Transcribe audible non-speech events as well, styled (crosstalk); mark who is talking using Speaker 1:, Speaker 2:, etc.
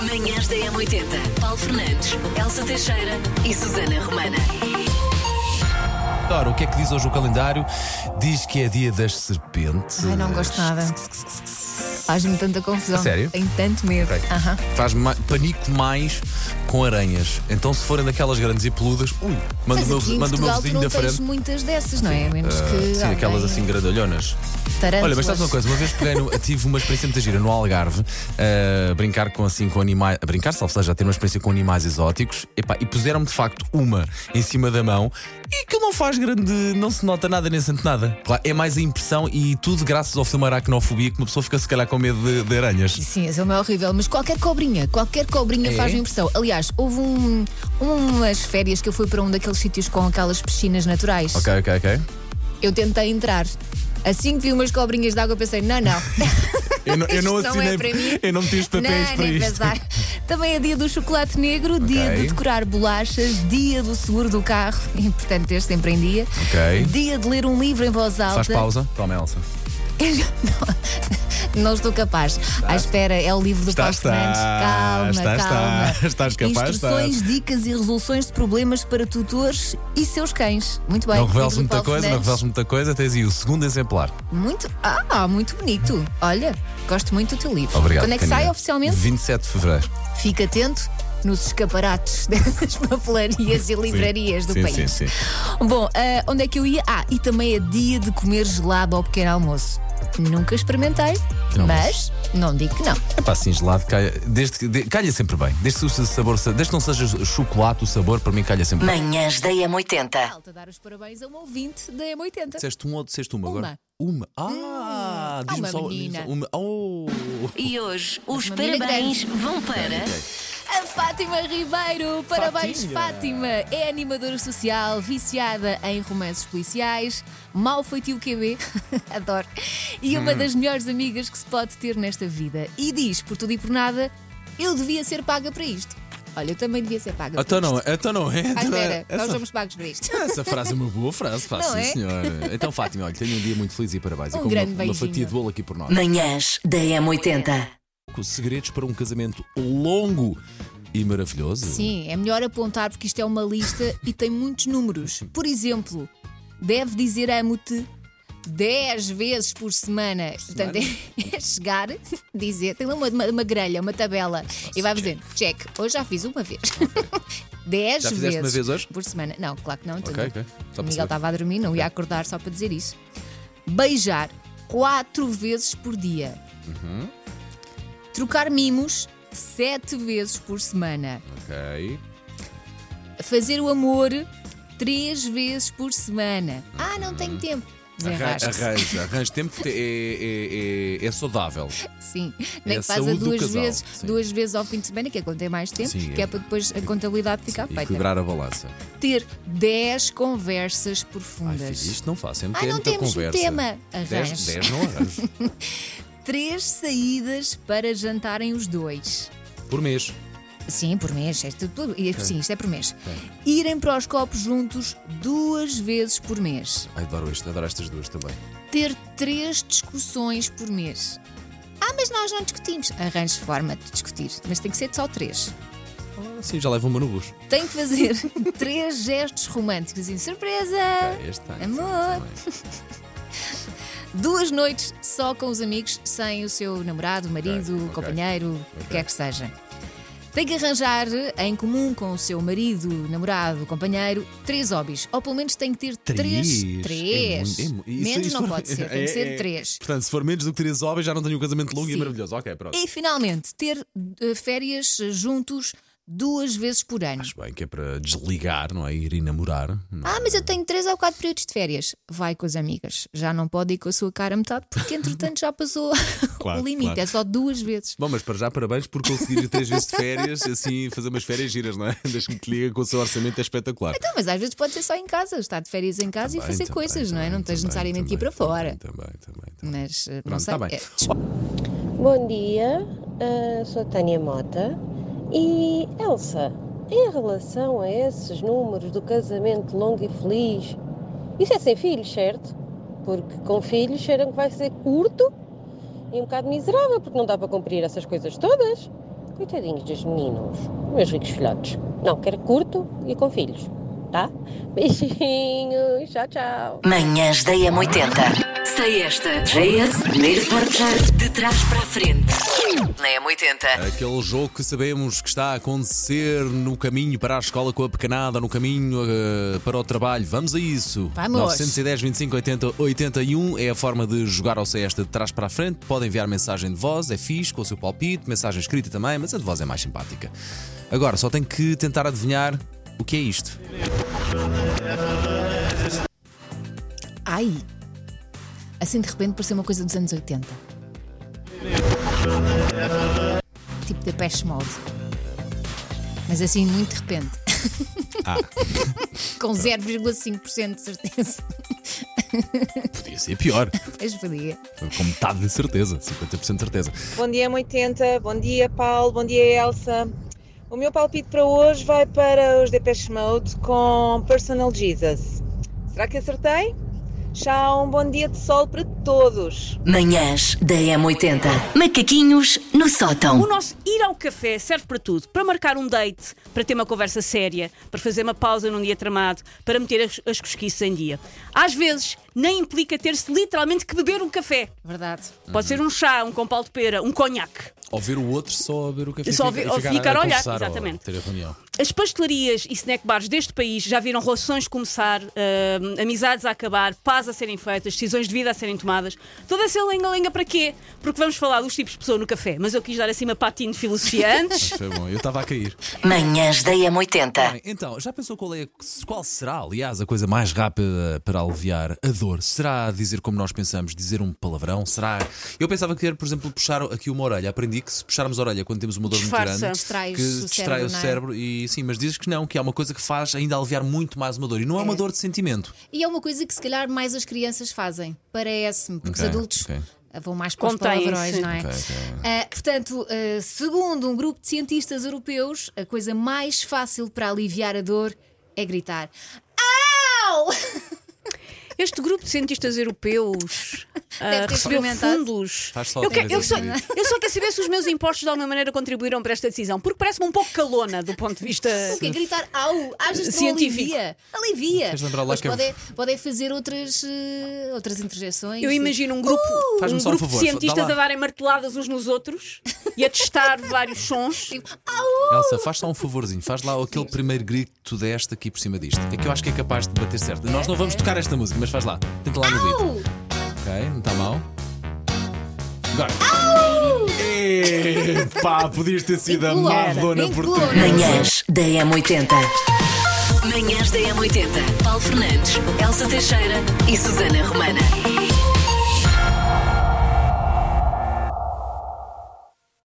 Speaker 1: Manhãs da M80. Paulo Fernandes, Elsa Teixeira e Susana Romana.
Speaker 2: Ora, o que é que diz hoje o calendário? Diz que é dia das serpentes.
Speaker 3: Ai, não gosto nada. Faz-me tanta confusão.
Speaker 2: A sério?
Speaker 3: Tenho tanto medo.
Speaker 2: Ok.
Speaker 3: Aham.
Speaker 2: Faz ma- panico mais com aranhas. Então, se forem daquelas grandes e peludas, ui, manda o
Speaker 3: Mas
Speaker 2: meu,
Speaker 3: aqui em
Speaker 2: manda o meu
Speaker 3: Portugal tu
Speaker 2: vizinho
Speaker 3: não
Speaker 2: da
Speaker 3: tens
Speaker 2: frente.
Speaker 3: muitas dessas, não é? A menos
Speaker 2: Ah,
Speaker 3: que
Speaker 2: sim, aquelas
Speaker 3: alguém-
Speaker 2: assim grandalhonas.
Speaker 3: Tarântulas.
Speaker 2: Olha, mas estás uma coisa, uma vez peguei no, tive uma experiência muito gira no Algarve, a brincar com assim com animais, a brincar, salvo seja, a ter uma experiência com animais exóticos, epá, e puseram-me de facto uma em cima da mão e aquilo não faz grande, não se nota nada nem sente nada. Claro, é mais a impressão e tudo graças ao filme Aracnofobia que uma pessoa fica se calhar com medo de, de aranhas.
Speaker 3: Sim, esse é é horrível, mas qualquer cobrinha, qualquer cobrinha
Speaker 2: É?
Speaker 3: faz-me impressão. Aliás, houve um, umas férias que eu fui para um daqueles sítios com aquelas piscinas naturais.
Speaker 2: Ok, ok, ok.
Speaker 3: Eu tentei entrar. Assim que vi umas cobrinhas de água, pensei:
Speaker 2: (laughs)
Speaker 3: não, não.
Speaker 2: Eu não, eu não
Speaker 3: Isto não
Speaker 2: assinei,
Speaker 3: é para mim.
Speaker 2: eu não meti os papéis
Speaker 3: (laughs) não,
Speaker 2: Então para
Speaker 3: nem
Speaker 2: isto.
Speaker 3: pensar. Também é dia do chocolate negro, dia de decorar bolachas, dia do seguro do carro, (laughs) é importante ter sempre em dia.
Speaker 2: Ok.
Speaker 3: Dia de ler um livro em voz alta.
Speaker 2: Faz pausa. Toma, Elsa.
Speaker 3: (laughs) não, não estou capaz. À espera, é o livro do
Speaker 2: Estás,
Speaker 3: Paulo Fernandes.
Speaker 2: estás,
Speaker 3: Calma,
Speaker 2: estás,
Speaker 3: calma.
Speaker 2: (laughs) estás capaz,
Speaker 3: Instruções, dicas e resoluções de problemas para tutores e seus cães. Muito bem.
Speaker 2: não reveles
Speaker 3: livro do
Speaker 2: muita
Speaker 3: Paulo
Speaker 2: coisa, não
Speaker 3: Fernandes.
Speaker 2: reveles muita coisa, tens aí o segundo exemplar.
Speaker 3: Muito. Ah, muito bonito. Olha, gosto muito do teu livro.
Speaker 2: Obrigado.
Speaker 3: Quando é que
Speaker 2: Canina.
Speaker 3: sai oficialmente?
Speaker 2: 27 de fevereiro.
Speaker 3: Fica atento nos escaparates (laughs) dessas papelarias e livrarias do
Speaker 2: sim,
Speaker 3: país.
Speaker 2: Sim, sim.
Speaker 3: Bom, ah, onde é que eu ia? Ah, e também é dia de comer gelado ao pequeno almoço. Nunca experimentei,
Speaker 2: Pequeno
Speaker 3: mas não digo que não.
Speaker 2: É pá, assim, gelado calha, desde que, de- calha sempre bem. Desde que, o sabor, se- desde que não seja chocolate o sabor, para mim calha sempre bem.
Speaker 1: Manhãs da M80.
Speaker 3: Falta dar os parabéns a uma ouvinte da M80.
Speaker 2: Disseste um ou disseste uma,
Speaker 3: Uma. Hum.
Speaker 2: agora? Uma. Ah, diz-me
Speaker 3: uma
Speaker 2: só diz-me
Speaker 3: menina.
Speaker 2: só uma. Oh.
Speaker 1: E hoje os
Speaker 3: Uma menina
Speaker 1: parabéns vão para.
Speaker 3: A Fátima Ribeiro, parabéns
Speaker 2: Fatinha.
Speaker 3: Fátima. É animadora social, viciada em romances policiais, mal feitio QB, (laughs) adoro, e
Speaker 2: Hum.
Speaker 3: uma das melhores amigas que se pode ter nesta vida. E diz, por tudo e por nada, eu devia ser paga para isto. Olha, eu também devia ser paga
Speaker 2: Então
Speaker 3: para
Speaker 2: não,
Speaker 3: isto.
Speaker 2: é- então não é.
Speaker 3: Ah,
Speaker 2: então não é.
Speaker 3: espera, nós
Speaker 2: Essa,
Speaker 3: somos pagos para isto.
Speaker 2: essa frase é uma boa frase, faz
Speaker 3: Não
Speaker 2: sim,
Speaker 3: é?
Speaker 2: senhora. Então, Fátima, olha, tenha um dia muito feliz e parabéns.
Speaker 3: Um
Speaker 2: e com
Speaker 3: grande
Speaker 2: uma, uma fatia
Speaker 3: beijinho.
Speaker 2: de bolo aqui por nós.
Speaker 1: Manhãs da M80.
Speaker 2: Com Segredos para um casamento longo e maravilhoso.
Speaker 3: Sim, é melhor apontar porque isto é uma lista e tem muitos números. Por exemplo, deve dizer amo-te 10 vezes por semana. Portanto, (laughs) é, chegar, dizer, tem lá uma, uma, uma grelha, uma tabela, e vai dizendo, check, hoje já fiz uma vez. 10 (laughs)
Speaker 2: Já fizeste
Speaker 3: vezes,
Speaker 2: uma vez hoje?
Speaker 3: por semana. Não, claro que não.
Speaker 2: Ok,
Speaker 3: tudo.
Speaker 2: ok. Tá Só para
Speaker 3: O
Speaker 2: saber.
Speaker 3: Miguel tá. estava a dormir, não ia acordar só para dizer isso. Beijar quatro vezes por dia.
Speaker 2: Uhum.
Speaker 3: Trocar mimos sete vezes por semana
Speaker 2: Ok.
Speaker 3: fazer o amor três vezes por semana. Ah, não tenho
Speaker 2: Hum.
Speaker 3: tempo.
Speaker 2: Arranja,
Speaker 3: Desenrasca-se.
Speaker 2: arranja, arranja. Tempo que te- é, é- é- é saudável.
Speaker 3: Sim,
Speaker 2: É
Speaker 3: nem
Speaker 2: a
Speaker 3: que faz a
Speaker 2: saúde do
Speaker 3: duas
Speaker 2: casal,
Speaker 3: vezes,
Speaker 2: sim.
Speaker 3: duas vezes ao fim de semana, que é quando tem mais tempo,
Speaker 2: Sim,
Speaker 3: que
Speaker 2: é.
Speaker 3: é para depois a contabilidade ficar feita.
Speaker 2: Equilibrar a balança.
Speaker 3: Ter 10 conversas
Speaker 2: Ai, filho,
Speaker 3: profundas,
Speaker 2: isto não faço. É
Speaker 3: Um Ai, não
Speaker 2: muita
Speaker 3: temos um
Speaker 2: conversa.
Speaker 3: tema.
Speaker 2: Dez,
Speaker 3: Arranjo.
Speaker 2: dez não arranjo.
Speaker 3: três saídas para jantarem os dois.
Speaker 2: Por mês.
Speaker 3: Sim, por mês, é tudo, tudo- e- sim, isto é por mês. Irem para os copos juntos duas vezes por mês.
Speaker 2: Ai, adoro isto, adoro estas duas também.
Speaker 3: ter três discussões por mês. Ah, mas nós não discutimos. Arranjo forma de discutir, mas tem que ser só três.
Speaker 2: Ah, sim, já levo uma no bus.
Speaker 3: Tem que
Speaker 2: (laughs)
Speaker 3: fazer três gestos românticos em surpresa.
Speaker 2: É, este tem.
Speaker 3: Ah, Amor.
Speaker 2: Sim, também.
Speaker 3: Duas noites só com os amigos, sem o seu namorado, marido,
Speaker 2: ok.
Speaker 3: companheiro, o
Speaker 2: Ok.
Speaker 3: que quer que seja. Tem que arranjar em comum com o seu marido, namorado, companheiro, três hobbies. Ou pelo menos tem que ter três.
Speaker 2: Três.
Speaker 3: Três.
Speaker 2: É muito- é mu- isso-
Speaker 3: menos
Speaker 2: isso
Speaker 3: não
Speaker 2: for-
Speaker 3: pode
Speaker 2: (laughs)
Speaker 3: ser, tem
Speaker 2: É,
Speaker 3: que ser
Speaker 2: é.
Speaker 3: três.
Speaker 2: Portanto, se for menos do que três obras, já não tenho um casamento longo e
Speaker 3: Sim.
Speaker 2: maravilhoso. Ok, pronto.
Speaker 3: E finalmente, ter eh, férias eh, juntos duas vezes por ano.
Speaker 2: Acho bem que é para desligar, não é? Ir e namorar. Não.
Speaker 3: Ah, mas eu tenho três ou quatro períodos de férias. Vai com as amigas. Já não pode ir com a sua cara a metade, porque entretanto já passou (laughs)
Speaker 2: Claro,
Speaker 3: o limite.
Speaker 2: claro.
Speaker 3: É só duas vezes.
Speaker 2: Bom, mas para já, parabéns por conseguir ir três vezes de férias, assim, fazer umas férias giras, não é? (laughs) Deixa-me que te liga com o seu orçamento, é espetacular.
Speaker 3: Então, mas às vezes pode ser só em casa, estar de férias em
Speaker 2: Tá
Speaker 3: casa e fazer
Speaker 2: Também,
Speaker 3: coisas,
Speaker 2: também,
Speaker 3: não é? Não
Speaker 2: também,
Speaker 3: tens
Speaker 2: também,
Speaker 3: necessariamente que ir para
Speaker 2: também,
Speaker 3: fora.
Speaker 2: Também, também, também.
Speaker 3: Mas eh, não
Speaker 2: tá Pronto,
Speaker 3: sei.
Speaker 2: está bem.
Speaker 3: é-
Speaker 4: Bom dia, ah, sou Tânia Mota e Elsa, em relação a esses números do casamento longo e feliz, isso é sem filhos, certo? Porque com filhos cheiram que vai ser curto e um bocado miserável, porque não dá para cumprir essas coisas todas. Coitadinhos dos meninos, meus ricos filhotes. Não, quero curto e com filhos, tá? Beijinhos, tchau, tchau.
Speaker 1: Manhãs da M80. Sei esta. JS, primeiro forjar de trás para a frente. Na M80.
Speaker 2: Aquele jogo que sabemos que está a acontecer no caminho para a escola com a pequenada, no caminho eh, para o trabalho. Vamos a isso.
Speaker 3: Vamos.
Speaker 2: 910 25 80 81 é a forma de jogar ao Cesta de trás para a frente. Pode enviar mensagem de voz, é fixe, com o seu palpite, mensagem escrita também, mas a de voz é mais simpática. Agora, só tem que tentar adivinhar o que é isto.
Speaker 3: Ai! Assim de repente pareceu uma coisa dos anos 80. Tipo da Pest Mode. Mas assim, muito de repente.
Speaker 2: Ah.
Speaker 3: (laughs) Com 0,5% de certeza. (laughs)
Speaker 2: Podia ser pior,
Speaker 3: Mas podia.
Speaker 2: com metade de certeza, 50% de certeza.
Speaker 5: Bom dia, M80. Bom dia, Paulo. Bom dia, Elsa. O meu palpite para hoje vai para os Depeche Mode com Personal Jesus. Será que acertei? Tchau, um bom dia de sol para todos.
Speaker 1: Manhãs da M80. Macaquinhos no
Speaker 6: O
Speaker 1: sótão.
Speaker 6: nosso ir ao café serve para tudo. Para marcar um date, para ter uma conversa séria, para fazer uma pausa num dia tramado, para meter as, as cosquices em dia. Às vezes, nem implica ter-se literalmente que beber um café.
Speaker 3: Verdade.
Speaker 6: Pode ser um chá, um compal de pera, um conhaque.
Speaker 2: Ou ver o outro só a ver o café
Speaker 6: Só
Speaker 2: e
Speaker 6: ver-
Speaker 2: e
Speaker 6: ou ficar a olhar,
Speaker 2: conversar, ou
Speaker 6: exatamente.
Speaker 2: ter a reunião.
Speaker 6: As pastelarias e snack bars deste país já viram relações começar, hum, amizades a acabar, paz a serem feitas, decisões de vida a serem tomadas. Toda essa lenga-lenga para quê? Porque vamos falar dos tipos de pessoa no café. Mas eu quis dar assim uma patina de filosofia antes.
Speaker 2: Foi bom, eu estava a
Speaker 6: (laughs)
Speaker 2: cair.
Speaker 1: Manhãs da M80.
Speaker 2: Bem, então, já pensou qual, é, qual será, aliás, a coisa mais rápida para aliviar a dor? Será dizer como nós pensamos, dizer um palavrão? Será. Eu pensava que era, por exemplo, puxar aqui uma orelha. Aprendi que se puxarmos a orelha quando temos uma dor
Speaker 6: Disfarça.
Speaker 2: muito grande,
Speaker 3: Distrai
Speaker 2: que
Speaker 3: o
Speaker 2: distrai
Speaker 3: cérebro,
Speaker 2: o
Speaker 3: não é?
Speaker 2: cérebro. E sim, mas dizes que não, que é uma coisa que faz ainda aliviar muito mais uma dor. E não é, uma dor de sentimento.
Speaker 3: E é uma coisa que se calhar mais as crianças fazem, parece-me, porque os
Speaker 2: Ok,
Speaker 3: adultos
Speaker 2: ok.
Speaker 3: ah, vão mais para os
Speaker 6: Contêm-se.
Speaker 3: palavrões, não é?
Speaker 2: Ok, ok.
Speaker 3: Ah, portanto, ah, segundo um grupo de cientistas europeus, a coisa mais fácil para aliviar a dor é gritar. Au!
Speaker 6: Este grupo de cientistas europeus
Speaker 3: (laughs) Deve
Speaker 6: ah,
Speaker 3: ter
Speaker 6: recebeu
Speaker 3: experimentado.
Speaker 6: fundos.
Speaker 2: Faz só
Speaker 6: eu,
Speaker 2: outra
Speaker 6: quero- eu
Speaker 2: vez
Speaker 6: só,
Speaker 2: este vídeo.
Speaker 6: eu só quero saber se os meus impostos de alguma maneira contribuíram para esta decisão, porque parece-me um pouco calona do ponto de vista.
Speaker 3: (laughs) O é quê? Gritar au! Hajas que não
Speaker 6: Científico.
Speaker 3: alivia! Alivia!
Speaker 2: Queres lembrar lá
Speaker 3: Mas
Speaker 2: que eu-
Speaker 3: podem podem fazer outras, ah, outras interjeções.
Speaker 6: Eu imagino um grupo, um
Speaker 2: Faz-me só um
Speaker 6: grupo
Speaker 2: favor,
Speaker 6: de
Speaker 2: dá
Speaker 6: cientistas
Speaker 2: lá.
Speaker 6: a darem marteladas uns nos outros e a testar (laughs) vários sons.
Speaker 3: Tipo, au!
Speaker 2: Elsa, faz só um favorzinho, faz lá aquele primeiro grito que tu deste aqui por cima disto. É que eu acho que é capaz de bater certo. Nós não vamos tocar esta música, mas faz lá. Tenta lá no grito.
Speaker 3: Au!
Speaker 2: Ok, não está mal. Agora. Epá, podias ter sido a
Speaker 3: Inclua.
Speaker 2: Madonna
Speaker 3: Inclua.
Speaker 2: portuguesa.
Speaker 1: Manhãs da M80. Manhãs da M80. Paulo Fernandes, Elsa Teixeira e Susana Romana.